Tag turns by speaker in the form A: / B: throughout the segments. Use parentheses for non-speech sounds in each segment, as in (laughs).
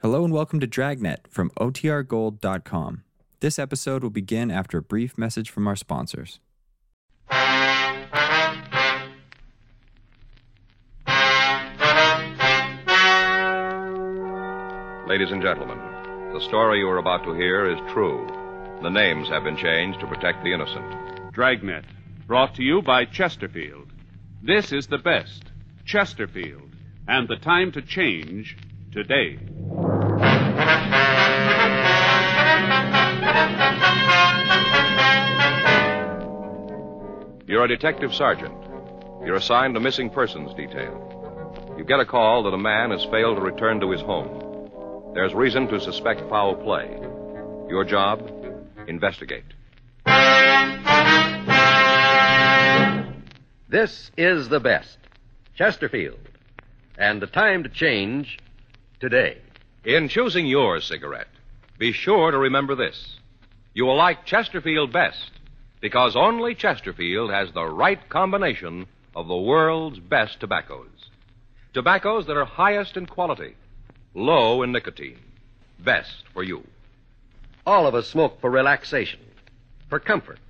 A: Hello and welcome to Dragnet from OTRGold.com. This episode will begin after a brief message from our sponsors.
B: Ladies and gentlemen, the story you are about to hear is true. The names have been changed to protect the innocent.
C: Dragnet, brought to you by Chesterfield. This is the best, Chesterfield, and the time to change today.
B: You're a detective sergeant. You're assigned a missing persons detail. You get a call that a man has failed to return to his home. There's reason to suspect foul play. Your job? Investigate.
D: This is the best. Chesterfield. And the time to change today.
B: In choosing your cigarette, be sure to remember this. You will like Chesterfield best because only Chesterfield has the right combination of the world's best tobaccos. Tobaccos that are highest in quality, low in nicotine, best for you.
D: All of us smoke for relaxation, for comfort,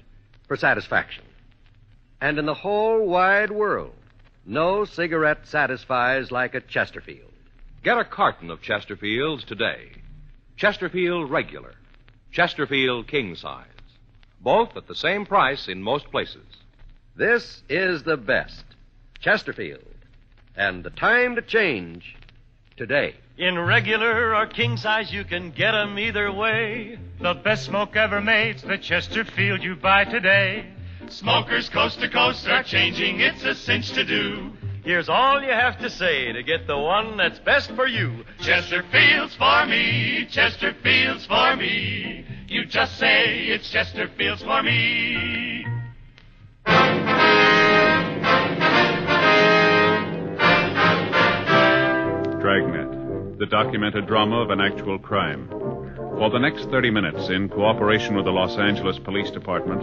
D: for satisfaction. And in the whole wide world, no cigarette satisfies like a Chesterfield.
B: Get a carton of Chesterfields today. Chesterfield regular, Chesterfield king size. Both at the same price in most places.
D: This is the best. Chesterfield. And the time to change today.
E: In regular or king size, you can get 'em either way. The best smoke ever made's the Chesterfield you buy today. Smokers coast to coast are changing, it's a cinch to do. Here's all you have to say to get the one that's best for you. Chesterfield's for me, Chesterfield's for me. You just say it's Chesterfield's for me.
C: Dragnet, the documented drama of an actual crime. For the next 30 minutes, in cooperation with the Los Angeles Police Department,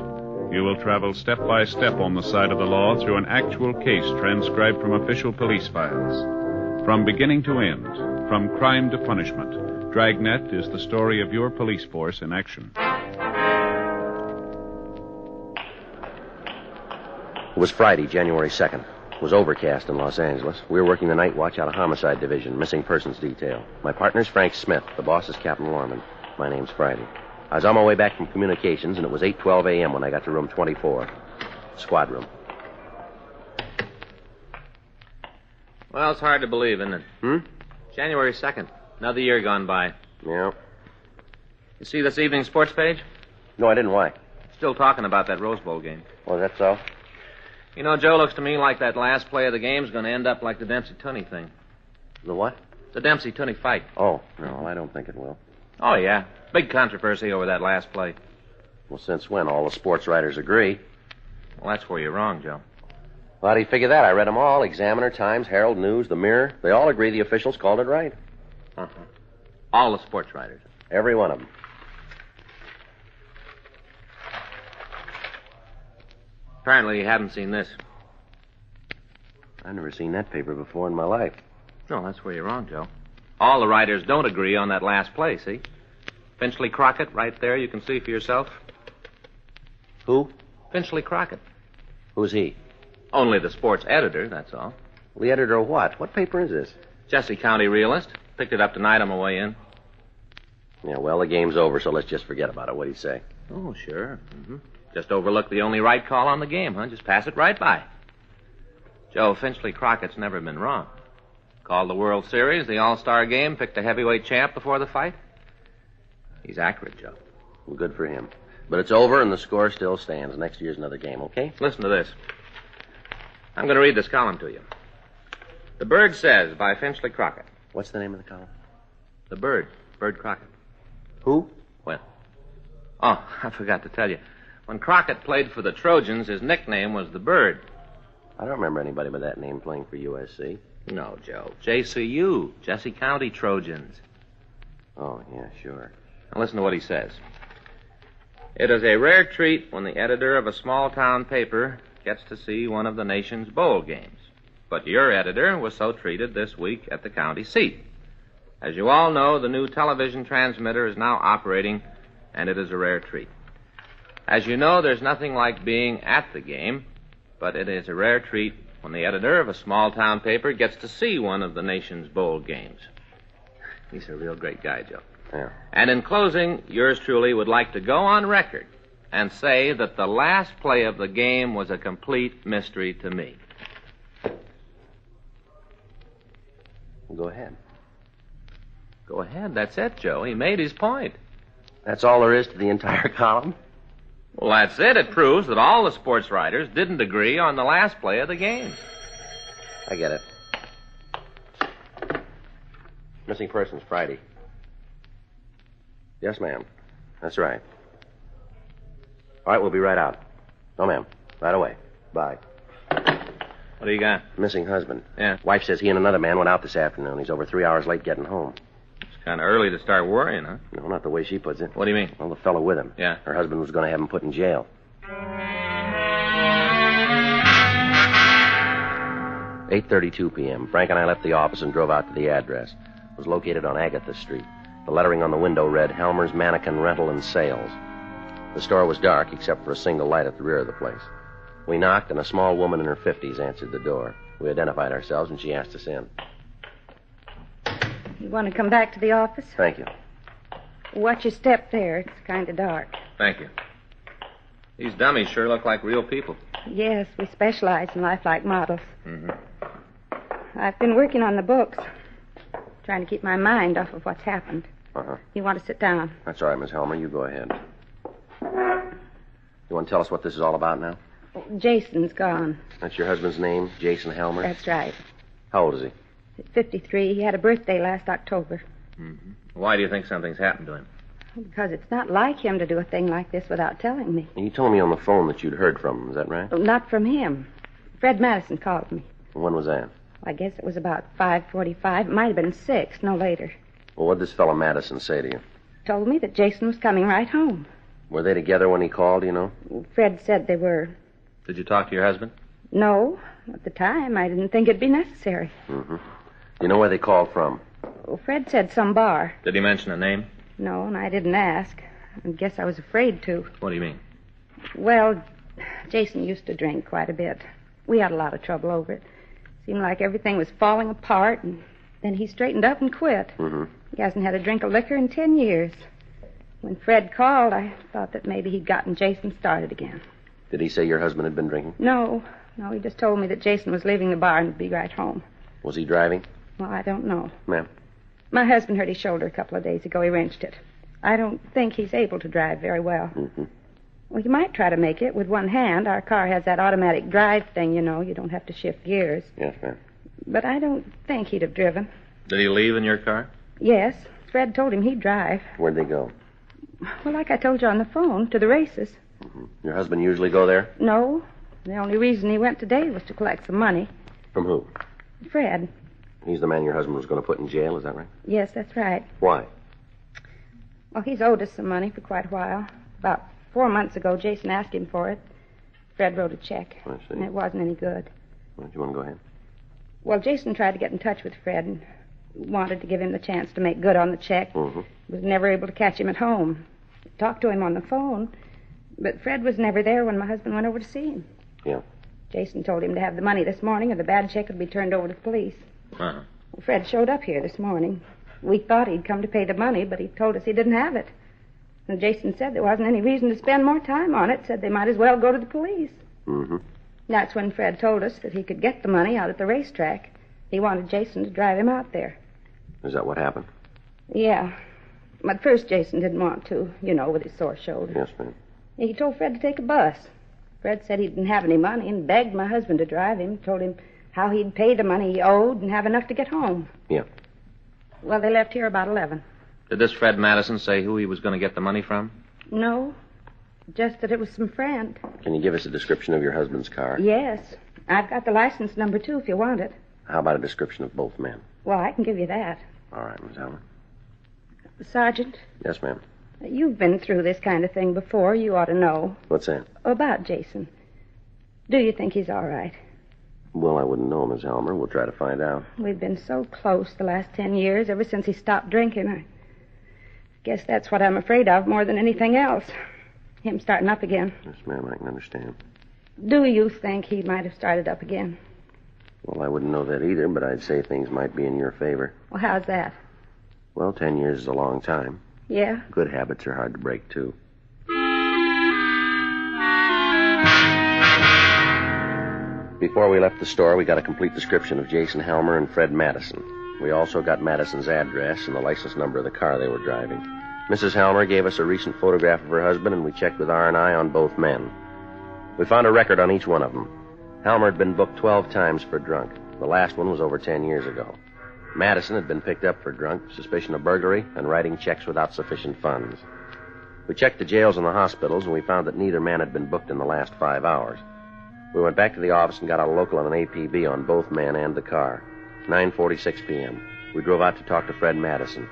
C: you will travel step by step on the side of the law through an actual case transcribed from official police files. From beginning to end, from crime to punishment, Dragnet is the story of your police force in action.
D: It was Friday, January 2nd. It was overcast in Los Angeles. We were working the night watch out of Homicide Division, Missing Persons Detail. My partner's Frank Smith. The boss is Captain Lorman. My name's Friday. I was on my way back from communications, and it was 8.12 a.m. when I got to room 24. Squad room.
F: Well, it's hard to believe, isn't it?
D: Hmm?
F: January 2nd. Another year gone by.
D: Yeah.
F: You see this evening's sports page?
D: No, I didn't. Why?
F: Still talking about that Rose Bowl game.
D: Oh, is that so?
F: You know, Joe looks to me like that last play of the game's going to end up like the Dempsey Tunney thing.
D: The what?
F: The Dempsey Tunney fight.
D: Oh, no, I don't think it will.
F: Oh, yeah. Big controversy over that last play.
D: Well, since when? All the sports writers agree.
F: Well, that's where you're wrong, Joe.
D: Well, how do you figure that? I read them all Examiner, Times, Herald, News, The Mirror. They all agree the officials called it right.
F: All the sports writers.
D: Every one of them.
F: Apparently, you haven't seen this.
D: I've never seen that paper before in my life.
F: No, that's where you're wrong, Joe. All the writers don't agree on that last play, see? Finchley Crockett, right there. You can see for yourself.
D: Who?
F: Finchley Crockett.
D: Who's he?
F: Only the sports editor, that's all.
D: The editor of what? What paper is this?
F: Jesse County realist. Picked it up tonight on my way in.
D: Yeah, well, the game's over, so let's just forget about it. What do you say?
F: Oh, sure. hmm Just overlook the only right call on the game, huh? Just pass it right by. Joe, Finchley Crockett's never been wrong. Called the World Series, the All Star game, picked a heavyweight champ before the fight. He's accurate, Joe.
D: Well, good for him. But it's over, and the score still stands. Next year's another game, okay?
F: Listen to this. I'm going to read this column to you. The Bird Says by Finchley Crockett.
D: What's the name of the column?
F: The Bird. Bird Crockett.
D: Who?
F: Well, oh, (laughs) I forgot to tell you. When Crockett played for the Trojans, his nickname was the Bird.
D: I don't remember anybody by that name playing for USC.
F: No, Joe. JCU, Jesse County Trojans.
D: Oh, yeah, sure.
F: Now listen to what he says. It is a rare treat when the editor of a small town paper gets to see one of the nation's bowl games. But your editor was so treated this week at the county seat. As you all know, the new television transmitter is now operating, and it is a rare treat. As you know, there's nothing like being at the game, but it is a rare treat when the editor of a small town paper gets to see one of the nation's bowl games. He's a real great guy, Joe.
D: Yeah.
F: And in closing, yours truly would like to go on record and say that the last play of the game was a complete mystery to me.
D: Go ahead.
F: Go ahead, that's it, Joe. He made his point.
D: That's all there is to the entire (laughs) column?
F: Well, that's it. It proves that all the sports writers didn't agree on the last play of the game.
D: I get it. Missing persons, Friday. Yes, ma'am. That's right. All right, we'll be right out. No, ma'am. Right away. Bye.
F: What do you got?
D: Missing husband.
F: Yeah.
D: Wife says he and another man went out this afternoon. He's over three hours late getting home.
F: It's kind of early to start worrying, huh?
D: No, not the way she puts it.
F: What do you mean?
D: Well, the fellow with him.
F: Yeah.
D: Her husband was going to have him put in jail. Eight thirty-two p.m. Frank and I left the office and drove out to the address. It was located on Agatha Street. The lettering on the window read Helmer's Mannequin Rental and Sales. The store was dark except for a single light at the rear of the place. We knocked, and a small woman in her fifties answered the door. We identified ourselves, and she asked us in.
G: You want to come back to the office?
D: Thank you.
G: Watch your step there. It's kind of dark.
F: Thank you. These dummies sure look like real people.
G: Yes, we specialize in lifelike models. Mm-hmm. I've been working on the books, trying to keep my mind off of what's happened.
D: Uh huh.
G: You want to sit down?
D: That's all right, Miss Helmer. You go ahead. You want to tell us what this is all about now?
G: Oh, Jason's gone.
D: That's your husband's name, Jason Helmer.
G: That's right.
D: How old is he?
G: At 53, he had a birthday last October.
F: Why do you think something's happened to him?
G: Because it's not like him to do a thing like this without telling me.
D: And you told me on the phone that you'd heard from him. Is that right?
G: Oh, Not from him. Fred Madison called me.
D: When was that?
G: I guess it was about 5:45. It might have been six, no later.
D: Well, what did this fellow Madison say to you?
G: Told me that Jason was coming right home.
D: Were they together when he called? Do you know?
G: Fred said they were.
F: Did you talk to your husband?
G: No, at the time I didn't think it'd be necessary.
D: Do you know where they called from?
G: Oh, Fred said some bar.
F: Did he mention a name?
G: No, and I didn't ask. I guess I was afraid to.
F: What do you mean?
G: Well, Jason used to drink quite a bit. We had a lot of trouble over it. Seemed like everything was falling apart, and then he straightened up and quit.
D: Mhm.
G: He hasn't had a drink of liquor in ten years. When Fred called, I thought that maybe he'd gotten Jason started again.
D: Did he say your husband had been drinking?
G: No, no, he just told me that Jason was leaving the bar and would be right home.
D: Was he driving?
G: Well, I don't know.
D: Ma'am.
G: My husband hurt his shoulder a couple of days ago. He wrenched it. I don't think he's able to drive very well. Well, you might try to make it with one hand. Our car has that automatic drive thing, you know. You don't have to shift gears.
D: Yes, ma'am.
G: But I don't think he'd have driven.
F: Did he leave in your car?
G: Yes, Fred told him he'd drive.
D: Where'd they go?
G: Well, like I told you on the phone, to the races.
D: Your husband usually go there?
G: No, the only reason he went today was to collect some money.
D: From who?
G: Fred.
D: He's the man your husband was going to put in jail. Is that right?
G: Yes, that's right.
D: Why?
G: Well, he's owed us some money for quite a while. About four months ago, Jason asked him for it. Fred wrote a check.
D: I see.
G: And it wasn't any good.
D: Well, do you want to go ahead?
G: Well, Jason tried to get in touch with Fred and wanted to give him the chance to make good on the check.
D: Mhm.
G: Was never able to catch him at home. Talked to him on the phone, but Fred was never there when my husband went over to see him.
D: Yeah.
G: Jason told him to have the money this morning or the bad check would be turned over to the police.
F: Uh-huh.
G: Well, Fred showed up here this morning. We thought he'd come to pay the money, but he told us he didn't have it. And Jason said there wasn't any reason to spend more time on it, said they might as well go to the police.
D: Mm-hmm.
G: That's when Fred told us that he could get the money out at the racetrack. He wanted Jason to drive him out there.
D: Is that what happened?
G: Yeah. But first, Jason didn't want to, you know, with his sore shoulder.
D: Yes, ma'am.
G: He told Fred to take a bus. Fred said he didn't have any money and begged my husband to drive him, told him how he'd pay the money he owed and have enough to get home.
D: Yeah.
G: Well, they left here about 11.
F: Did this Fred Madison say who he was going to get the money from?
G: No, just that it was some friend.
D: Can you give us a description of your husband's car?
G: Yes. I've got the license number, too, if you want it.
D: How about a description of both men?
G: Well, I can give you that.
D: All right, Miss Allen.
G: Sergeant,
D: Yes, ma'am.
G: you've been through this kind of thing before. You ought to know
D: What's that?
G: about Jason. Do you think he's all right?
D: Well, I wouldn't know, Miss Helmer. We'll try to find out.
H: We've been so close the last ten years, ever since he stopped drinking. I guess that's what I'm afraid of more than anything else. Him starting up again.
D: Yes, ma'am, I can understand.
H: Do you think he might have started up again?
D: Well, I wouldn't know that either, but I'd say things might be in your favor.
H: Well, how's that?
D: Well, ten years is a long time.
H: Yeah?
D: Good habits are hard to break, too. Before we left the store, we got a complete description of Jason Helmer and Fred Madison. We also got Madison's address and the license number of the car they were driving. Mrs. Helmer gave us a recent photograph of her husband, and we checked with R&I on both men. We found a record on each one of them. Helmer had been booked 12 times for drunk. The last one was over 10 years ago. Madison had been picked up for drunk, suspicion of burglary, and writing checks without sufficient funds. We checked the jails and the hospitals, and we found that neither man had been booked in the last five hours. We went back to the office and got a local and an APB on both men and the car. 9:46 p.m. We drove out to talk to Fred Madison.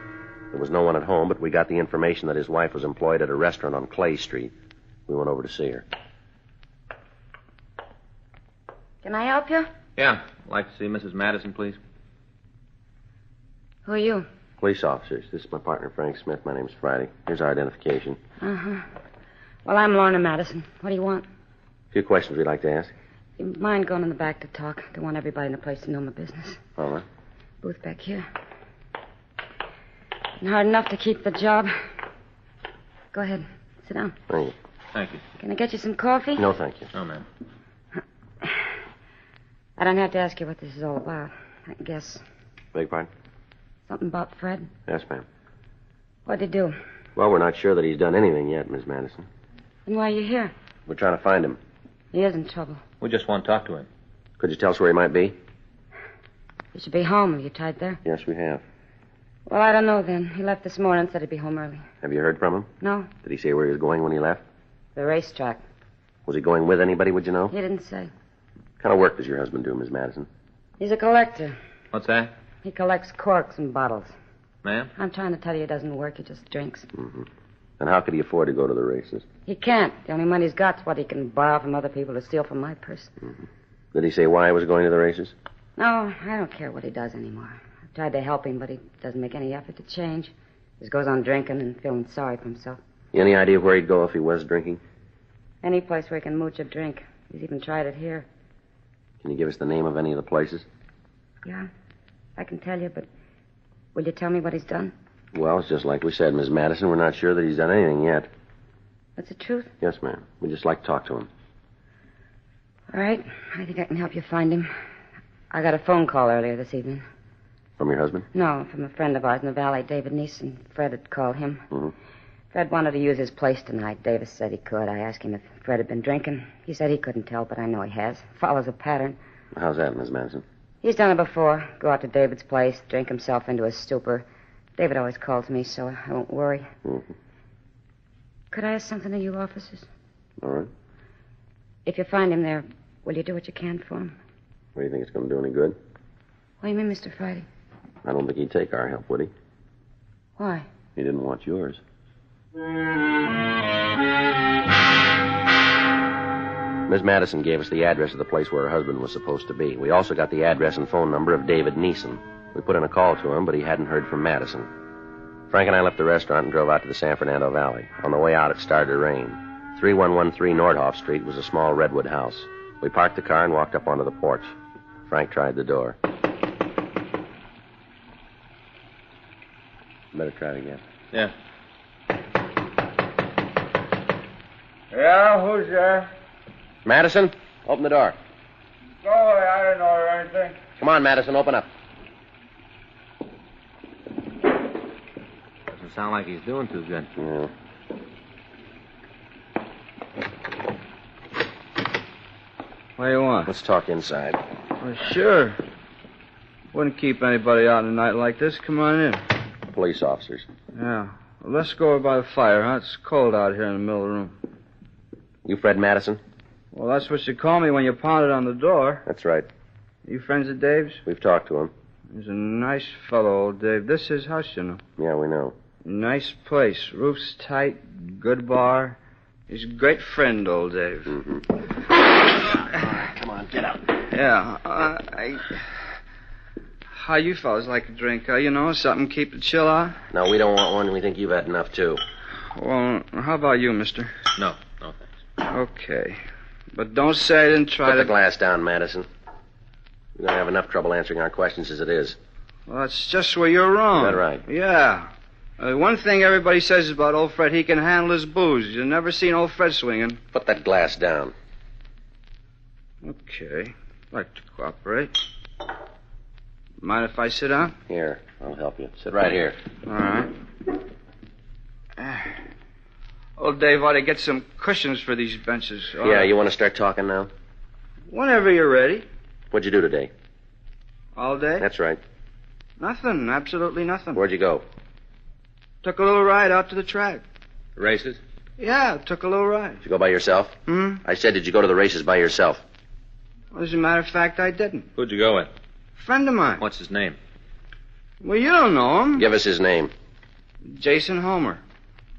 D: There was no one at home, but we got the information that his wife was employed at a restaurant on Clay Street. We went over to see her.
G: Can I help you?
F: Yeah, I'd like to see Mrs. Madison, please.
G: Who are you?
D: Police officers. This is my partner Frank Smith. My name's Friday. Here's our identification.
G: Uh huh. Well, I'm Lorna Madison. What do you want?
D: A few questions we'd like to ask.
G: You mind going in the back to talk? Don't want everybody in the place to know my business.
D: All right.
G: Booth back here. Been hard enough to keep the job. Go ahead. Sit down.
D: Thank you.
F: Thank you.
G: Can I get you some coffee?
D: No, thank you.
F: No, Oh, ma'am.
G: I don't have to ask you what this is all about. I can guess.
D: Beg your pardon?
G: Something about Fred?
D: Yes, ma'am.
G: What'd he do?
D: Well, we're not sure that he's done anything yet, Miss Madison.
G: And why are you here?
D: We're trying to find him.
G: He is in trouble.
F: We just want to talk to him.
D: Could you tell us where he might be?
G: You should be home. Are you tied there?
D: Yes, we have.
G: Well, I don't know then. He left this morning and said he'd be home early.
D: Have you heard from him?
G: No?
D: Did he say where he was going when he left?
G: The racetrack.
D: Was he going with anybody, would you know?
G: He didn't say.
D: What kind of work does your husband do, Miss Madison?
G: He's a collector.
F: What's that,
G: He collects corks and bottles.
F: ma'am?
G: I'm trying to tell you he doesn't work, he just drinks.
D: And how could he afford to go to the races?
G: He can't. The only money he's got's what he can borrow from other people to steal from my purse.
D: Did he say why he was going to the races?
G: No, I don't care what he does anymore. I've tried to help him, but he doesn't make any effort to change. Just goes on drinking and feeling sorry for himself.
D: Any idea where he'd go if he was drinking?
G: Any place where he can mooch a drink. He's even tried it here.
D: Can you give us the name of any of the places?
G: Yeah, I can tell you, but will you tell me what he's done?
D: Well, it's just like we said, Miss Madison. We're not sure that he's done anything yet.
G: That's the truth.
D: Yes, ma'am. We'd just like to talk to him.
G: All right, I think I can help you find him. I got a phone call earlier this evening.
D: From your husband?
G: No, from a friend of ours in the valley, David Neeson. Fred had called him.
D: Mhm.
G: Fred wanted to use his place tonight. Davis said he could. I asked him if Fred had been drinking. He said he couldn't tell, but I know he has. Follows a pattern.
D: How's that, Miss Madison?
G: He's done it before. Go out to David's place, drink himself into a stupor. David always calls me, so I won't worry.
D: Mhm.
G: Could I ask something of you officers?
D: All right.
G: If you find him there, will you do what you can for him?
D: What do you think it's going to do any good?
G: What do you mean, Mr. Friday?
D: I don't think he'd take our help, would he?
G: Why?
D: He didn't want yours. Miss Madison gave us the address of the place where her husband was supposed to be. We also got the address and phone number of David Neeson. We put in a call to him, but he hadn't heard from Madison. Frank and I left the restaurant and drove out to the San Fernando Valley. On the way out, it started to rain. 3113 Nordhoff Street was a small redwood house. We parked the car and walked up onto the porch. Frank tried the door. Better try it again.
F: Yeah.
I: Yeah, who's there?
D: Madison, open the door.
I: Go away, Oh, I didn't order anything.
D: Come on, Madison, open up.
F: Doesn't sound like he's doing too good.
D: Yeah.
I: What do you want?
D: Let's talk inside.
I: Well, sure. Wouldn't keep anybody out in a night like this. Come on in.
D: Police officers.
I: Yeah. Well, let's go over by the fire, huh? It's cold out here in the middle of the room.
D: You Fred Madison?
I: Well, that's what you call me when you pounded on the door.
D: That's right.
I: You friends of Dave's?
D: We've talked to him.
I: He's a nice fellow, old Dave. This is house, you know.
D: Yeah, we know.
I: Nice place. Roof's tight, good bar.
D: Mm-hmm.
I: He's a great friend, old Dave.
D: Come on, get out.
I: Yeah. Uh, I. How you fellas like a drink, uh, you know? Something keep the chill out?
D: No, we don't want one. We think you've had enough, too.
I: Well, how about you, mister?
F: No, no thanks.
I: Okay. But don't say I didn't try
D: Put
I: to.
D: the glass down, Madison. We're going to have enough trouble answering our questions as it is.
I: Well, that's just where you're wrong.
D: Is that right?
I: Yeah. Uh, one thing everybody says about old Fred, he can handle his booze. You've never seen old Fred swinging.
D: Put that glass down.
I: Okay. Like to cooperate. Mind if I sit down?
D: Here, I'll help you. Sit right here.
I: All right. Ah. Old Dave ought to get some cushions for these benches. All
D: yeah,
I: right.
D: you want to start talking now?
I: Whenever you're ready.
D: What'd you do today?
I: All day?
D: That's right.
I: Nothing. Absolutely nothing.
D: Where'd you go?
I: Took a little ride out to the track.
F: Races?
I: Yeah, took a little ride.
D: Did you go by yourself?
I: Hmm?
D: I said, did you go to the races by yourself?
I: As a matter of fact, I didn't.
F: Who'd you go with?
I: Friend of mine.
F: What's his name?
I: Well, you don't know him.
D: Give us his name.
I: Jason Homer.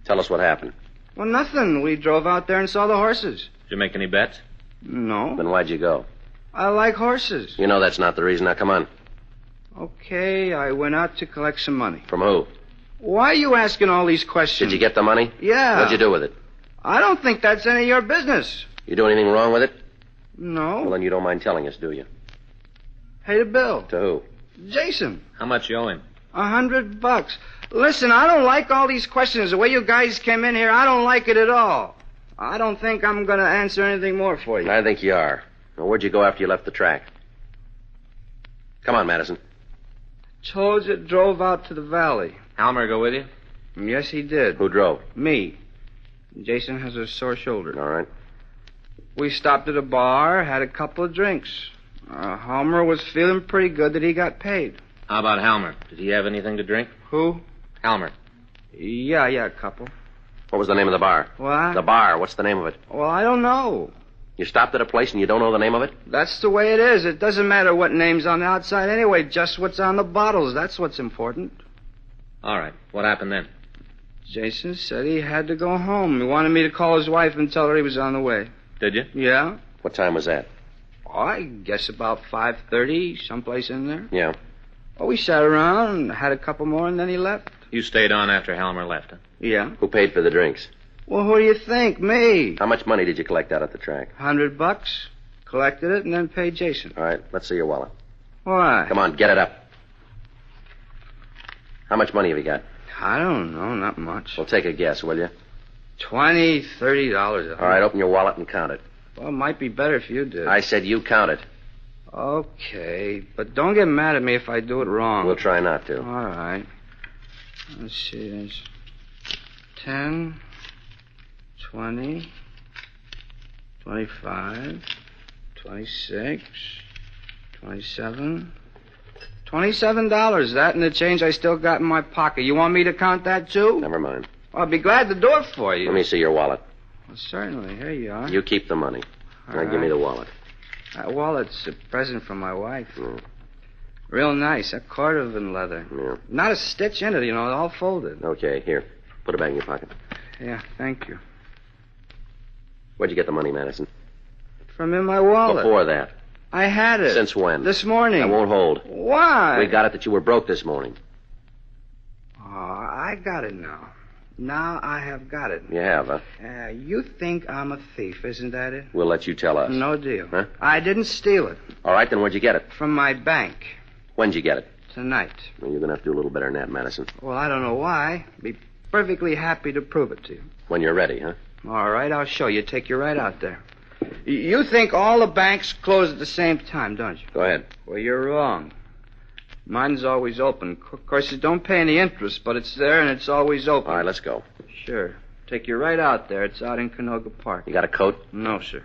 D: Tell us what happened.
I: Well, nothing. We drove out there and saw the horses.
F: Did you make any bets?
I: No.
D: Then why'd you go?
I: I like horses.
D: You know that's not the reason. Now, come on.
I: Okay, I went out to collect some money.
D: From who?
I: Why are you asking all these questions?
D: Did you get the money?
I: Yeah.
D: What'd you do with it?
I: I don't think that's any of your business.
D: You do anything wrong with it? Well,
I: No.
D: then you don't mind telling us, do you?
I: Hey, the bill.
D: To who?
I: Jason,
F: How much you owe him?
I: a hundred bucks. Listen, I don't like all these questions. The way you guys came in here, I don't like it at all. I don't think I'm going to answer anything more for you.
D: I think you are. Now, where'd you go after you left the track? Come on, Madison.
I: Told you, drove out to the valley.
F: Halmer go with you?
I: Yes, he did.
D: Who drove?
I: Me. Jason has a sore shoulder.
D: All right.
I: We stopped at a bar, had a couple of drinks. Uh, Homer was feeling pretty good that he got paid.
F: How about Halmer? Did he have anything to drink?
I: Who?
F: Halmer.
I: Yeah, yeah, a couple.
D: What was the name of the bar?
I: What?
D: The bar. What's the name of it?
I: Well, I don't know.
D: You stopped at a place and you don't know the name of it?
I: That's the way it is. It doesn't matter what name's on the outside anyway, just what's on the bottles. That's what's important.
F: All right. What happened then?
I: Jason said he had to go home. He wanted me to call his wife and tell her he was on the way.
F: Did you?
I: Yeah? Oh,
D: What time was that?
I: I guess about 5.30, someplace in there.
D: Yeah.
I: Well, we sat around and had a couple more, and then he left.
F: You stayed on after Halmer left, huh?
I: Yeah.
D: Who paid for the drinks?
I: Well, who do you think? Me.
D: How much money did you collect out at the track?
I: Hundred bucks. Collected it and then paid Jason.
D: All right, let's see your wallet.
I: Why?
D: Come on, get it up. How much money have you got?
I: I don't know, not much.
D: Well, take a guess, will you?
I: Twenty, thirty dollars.
D: All right, open your wallet and count it.
I: Well, it might be better if you did.
D: I said you count it.
I: Okay, but don't get mad at me if I do it wrong.
D: We'll try not
I: All
D: to.
I: right. Let's see. There's ten, twenty, twenty-five, twenty-six, twenty-seven. Twenty-seven dollars. That and the change I still got in my pocket. You want me to count that too?
D: Never mind.
I: I'll be glad to do it for you.
D: Let me see your wallet.
I: Well, certainly. Here you are.
D: You keep the money.
I: All
D: now give me
I: right.
D: the wallet.
I: That wallet's a present from my wife.
D: Mm.
I: Real nice. A cordovan leather.
D: Yeah.
I: Not a stitch in it, you know, all folded.
D: Okay, here. Put it back in your pocket.
I: Yeah, thank you.
D: Where'd you get the money, Madison?
I: From in my wallet.
D: Before that.
I: I had it.
D: Since when?
I: This morning.
D: I won't hold.
I: Why?
D: We got it that you were broke this morning.
I: Oh, I got it now. Now I have got it.
D: You have, huh?
I: Uh, you think I'm a thief, isn't that it?
D: We'll let you tell us.
I: No deal.
D: Huh?
I: I didn't steal it
D: All right, then where'd you get it?
I: from my bank
D: When'd you get it?
I: tonight.
D: Well, you're going to have to do a little better than that, Madison.
I: Well, I don't know why. Be perfectly happy to prove it to you.
D: When you're ready, huh?
I: All right, I'll show you. Take you right out there. Y- You think all the banks close at the same time, don't you?
D: Go ahead.
I: Well, you're wrong. Mine's always open. C- Of course, it don't pay any interest, but it's there and it's always open.
D: All right, let's go.
I: Sure. Take you right out there. It's out in Canoga Park.
D: You got a coat?
I: No, sir.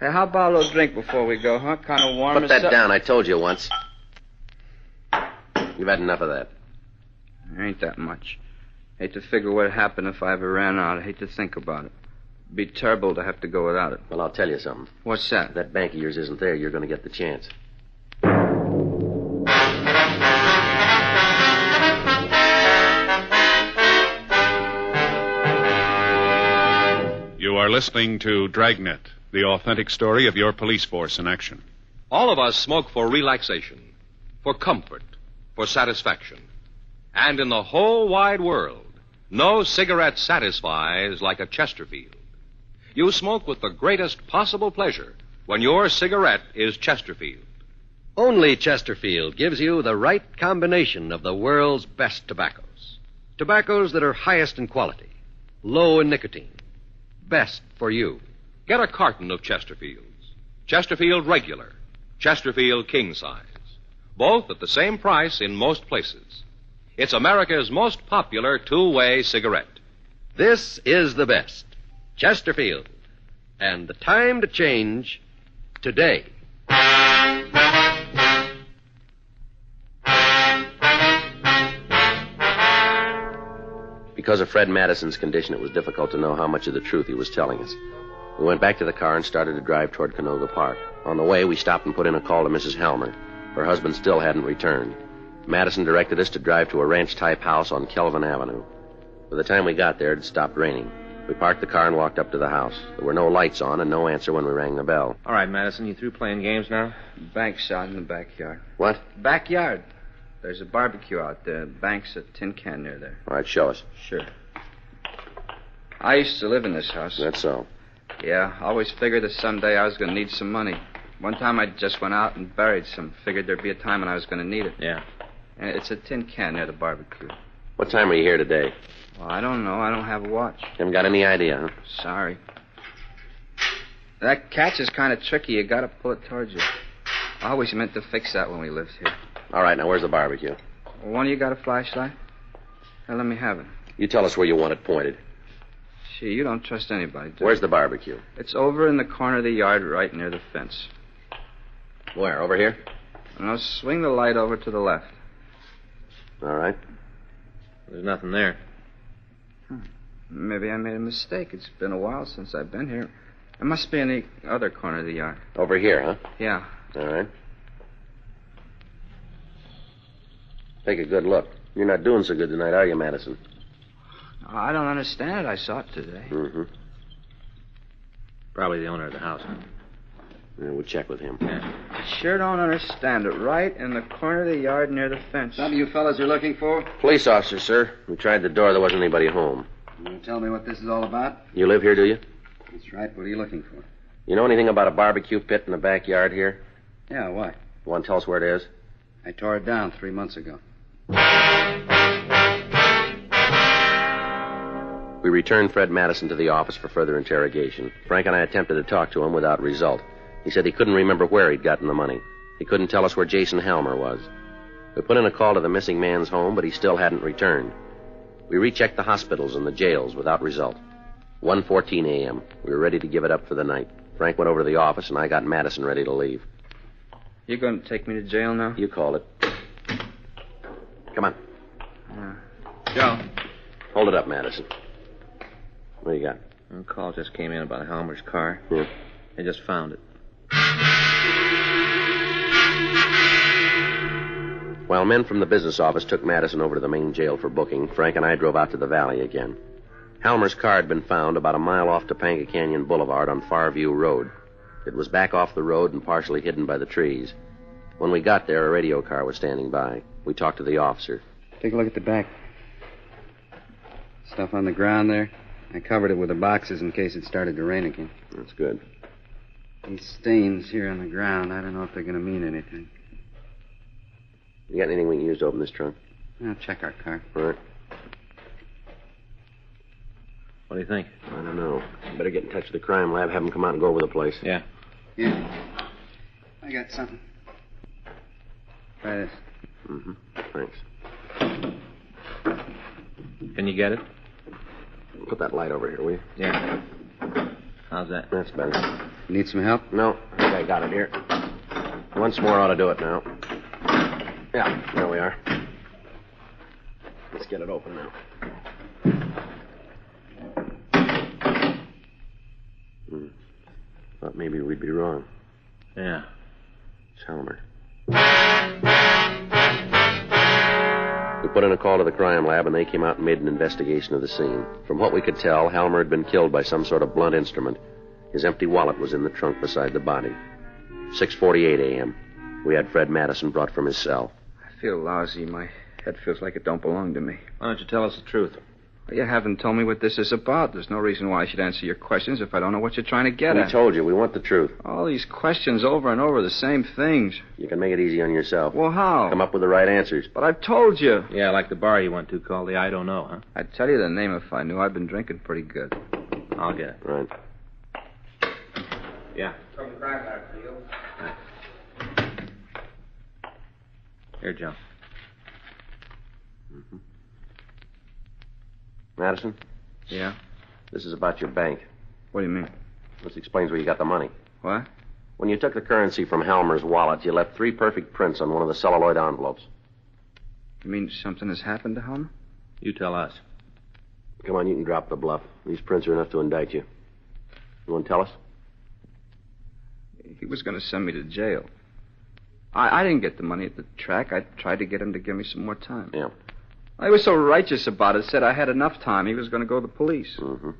I: Hey, how about a little drink before we go, huh? Kind of warm.
D: Put
I: us
D: that
I: up.
D: down. I told you once. You've had enough of that.
I: Ain't that much. Hate to figure what happened if I ever ran out. I hate to think about it. Be terrible to have to go without it.
D: Well, I'll tell you something.
I: What's that?
D: If that bank of yours isn't there, you're going to get the chance.
C: You are listening to Dragnet, the authentic story of your police force in action.
B: All of us smoke for relaxation, for comfort, for satisfaction. And in the whole wide world, no cigarette satisfies like a Chesterfield. You smoke with the greatest possible pleasure when your cigarette is Chesterfield.
J: Only Chesterfield gives you the right combination of the world's best tobaccos. Tobaccos that are highest in quality, low in nicotine, best for you.
B: Get a carton of Chesterfields. Chesterfield regular, Chesterfield king size. Both at the same price in most places. It's America's most popular two way cigarette.
J: This is the best. Chesterfield. And the time to change today.
D: Because of Fred Madison's condition, it was difficult to know how much of the truth he was telling us. We went back to the car and started to drive toward Canoga Park. On the way, we stopped and put in a call to Mrs. Halmer. Her husband still hadn't returned. Madison directed us to drive to a ranch type house on Kelvin Avenue. By the time we got there, it had stopped raining. We parked the car and walked up to the house. There were no lights on and no answer when we rang the bell.
F: All right, Madison, you through playing games now?
I: Bank shot in the backyard.
D: What?
I: Backyard. There's a barbecue out there. Bank's a tin can near there.
D: All right, show us.
I: Sure. I used to live in this house.
D: That's so.
I: Yeah, I always figured that someday I was going to need some money. One time I just went out and buried some. Figured there'd be a time when I was going to need it.
F: Yeah.
I: And It's a tin can near the barbecue.
D: What time are you here today?
I: Well, I don't know. I don't have a watch.
D: Haven't got any idea, huh?
I: Sorry. That catch is kind of tricky. You got to pull it towards you. I always meant to fix that when we lived here.
D: All right, now where's the barbecue?
I: One of you got a flashlight? Now, let me have it.
D: You tell us where you want it pointed.
I: Gee, you don't trust anybody, do you?
D: Where's the barbecue?
I: It's over in the corner of the yard right near the fence.
D: Where? Over here?
I: Now, swing the light over to the left.
D: All right.
F: There's nothing there.
I: Maybe I made a mistake. It's been a while since I've been here. It must be in the other corner of the yard.
D: Over here, huh?
I: Yeah.
D: All right. Take a good look. You're not doing so good tonight, are you, Madison?
I: I don't understand it. I saw it today.
D: Mm-hmm.
F: Probably the owner of the house.
D: Yeah, we'll check with him.
I: I sure don't understand it. Right in the corner of the yard near the fence.
J: Some of you fellas are looking for?
D: Police officer, sir. We tried the door. There wasn't anybody home.
J: You tell me what this is all about?
D: You live here, do you?
J: That's right. What are you looking for?
D: You know anything about a barbecue pit in the backyard here?
J: Yeah, why?
D: You want to tell us where it is?
J: I tore it down three months ago.
D: We returned Fred Madison to the office for further interrogation. Frank and I attempted to talk to him without result. He said he couldn't remember where he'd gotten the money. He couldn't tell us where Jason Halmer was. We put in a call to the missing man's home, but he still hadn't returned. We rechecked the hospitals and the jails without result. 1:14 a.m. We were ready to give it up for the night. Frank went over to the office, and I got Madison ready to leave.
I: You going to take me to jail now?
D: You called it. Come on,
I: Joe.
D: hold it up, Madison. What do you got?
F: A call just came in about Helmer's car.
D: Yeah.
F: They just found it.
D: While men from the business office took Madison over to the main jail for booking, Frank and I drove out to the valley again. Halmer's car had been found about a mile off Topanga Canyon Boulevard on Farview Road. It was back off the road and partially hidden by the trees. When we got there, a radio car was standing by. We talked to the officer.
J: Take a look at the back. Stuff on the ground there. I covered it with the boxes in case it started to rain again.
D: That's good.
J: These stains here on the ground, I don't know if they're going to mean anything.
D: You got anything we can use to open this trunk?
J: Now check our car.
D: All right.
F: What do you think?
D: I don't know. Better get in touch with the crime lab, have them come out and go over the place.
F: Yeah.
J: Yeah. I got something. Try this.
D: Mm-hmm. Thanks.
F: Can you get it?
D: Put that light over here, will you?
F: Yeah. How's that?
D: That's better.
J: Need some help?
D: No, I think I got it here. Once more ought to do it now. Yeah, there we are. Let's get it open now. Hmm. Thought maybe we'd be wrong.
F: Yeah.
D: It's Helmer. We put in a call to the crime lab, and they came out and made an investigation of the scene. From what we could tell, Halmer had been killed by some sort of blunt instrument. His empty wallet was in the trunk beside the body. 6:48 a.m. We had Fred Madison brought from his cell.
I: I feel lousy. My head feels like it don't belong to me.
F: Why don't you tell us the truth?
I: Well, you haven't told me what this is about. There's no reason why I should answer your questions if I don't know what you're trying to get
D: we
I: at.
D: told you we want the truth.
I: All these questions over and over, the same things.
D: You can make it easy on yourself.
I: Well, how?
D: Come up with the right answers.
I: But I've told you.
F: Yeah, like the bar you went to called the I Don't Know, huh?
I: I'd tell you the name if I knew. I've been drinking pretty good.
F: I'll get it.
D: Right.
F: Yeah.
I: From the crime lab, Leo.
F: Here, Joe.
D: Madison,
I: Yeah?
D: this is about your bank.
I: What do you mean?
D: This explains where you got the money.
I: What?
D: When you took the currency from Helmer's wallet, you left three perfect prints on one of the celluloid envelopes.
I: You mean something has happened to Helmer?
F: You tell us.
D: Come on, you can drop the bluff. These prints are enough to indict you. You want to tell us?
I: He was going to send me to jail. I, I didn't get the money at the track. I tried to get him to give me some more time.
D: Yeah.
I: I was so righteous about it, said I had enough time. He was going to go to the police.
D: Mm-hmm.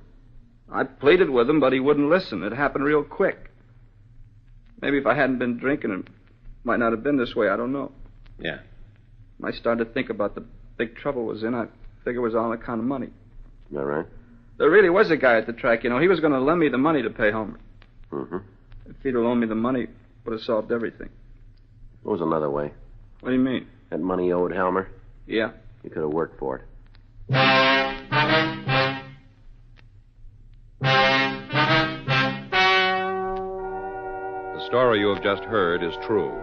I: I pleaded with him, but he wouldn't listen. It happened real quick. Maybe if I hadn't been drinking, it might not have been this way. I don't know.
F: Yeah.
I: When I started to think about the big trouble was in, I figured it was all on account of money.
D: Is that right?
I: There really was a guy at the track, you know. He was going to lend me the money to pay Homer.
D: Mm-hmm.
I: If he'd have loaned me the money, would have solved everything.
D: What was another way?
I: What do you mean?
D: That money you owed Helmer,
I: Yeah.
D: you could have worked for it.
B: The story you have just heard is true.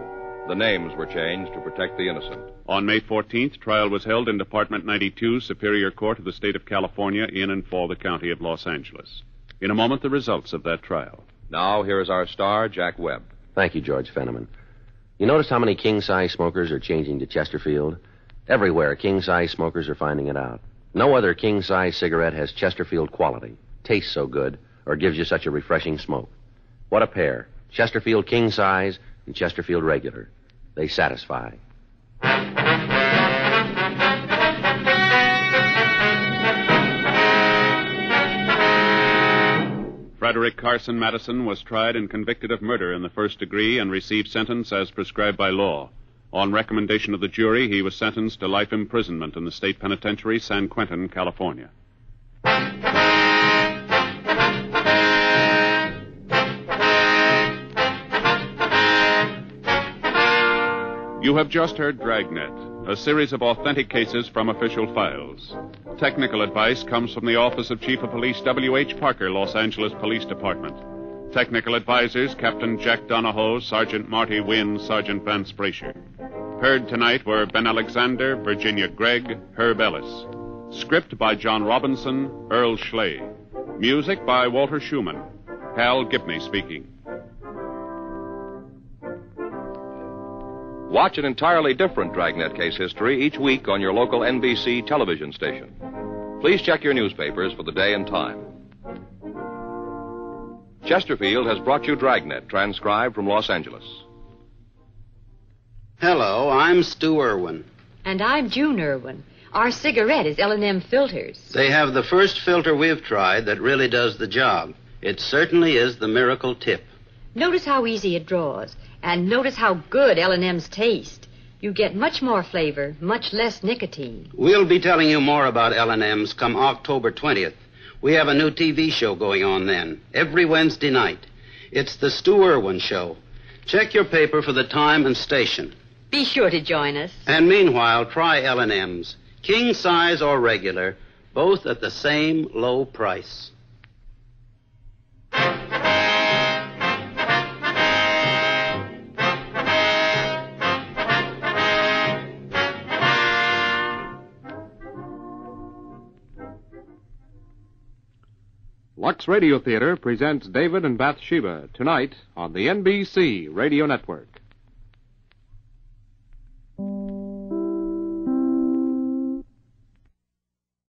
B: The names were changed to protect the innocent.
C: On May 14th, trial was held in Department 92, Superior Court of the State of California, in and for the County of Los Angeles. In a moment, the results of that trial.
B: Now, here is our star, Jack Webb.
D: Thank you, George Fenneman. You notice how many king size smokers are changing to Chesterfield? Everywhere, king size smokers are finding it out. No other king size cigarette has Chesterfield quality, tastes so good, or gives you such a refreshing smoke. What a pair Chesterfield king size and Chesterfield regular. They satisfy.
C: Frederick Carson Madison was tried and convicted of murder in the first degree and received sentence as prescribed by law. On recommendation of the jury, he was sentenced to life imprisonment in the state penitentiary, San Quentin, California. You have just heard Dragnet, a series of authentic cases from official files. Technical advice comes from the Office of Chief of Police W.H. Parker, Los Angeles Police Department. Technical advisors Captain Jack Donahoe, Sergeant Marty Wynn, Sergeant Vance Brasher. Heard tonight were Ben Alexander, Virginia Gregg, Herb Ellis. Script by John Robinson, Earl Schley. Music by Walter Schumann. Hal Gibney speaking.
B: Watch an entirely different Dragnet case history each week on your local NBC television station. Please check your newspapers for the day and time. Chesterfield has brought you Dragnet, transcribed from Los Angeles.
K: Hello, I'm Stu Irwin.
L: And I'm June Irwin. Our cigarette is L&M Filters.
K: They have the first filter we've tried that really does the job. It certainly is the miracle tip.
L: Notice how easy it draws, and notice how good L&M's taste. You get much more flavor, much less nicotine.
K: We'll be telling you more about L&M's come October 20th. We have a new TV show going on then, every Wednesday night. It's the Stu Irwin Show. Check your paper for the time and station.
L: Be sure to join us.
K: And meanwhile, try L&M's, king size or regular, both at the same low price.
M: Lux Radio Theater presents David and Bathsheba tonight on the NBC Radio Network.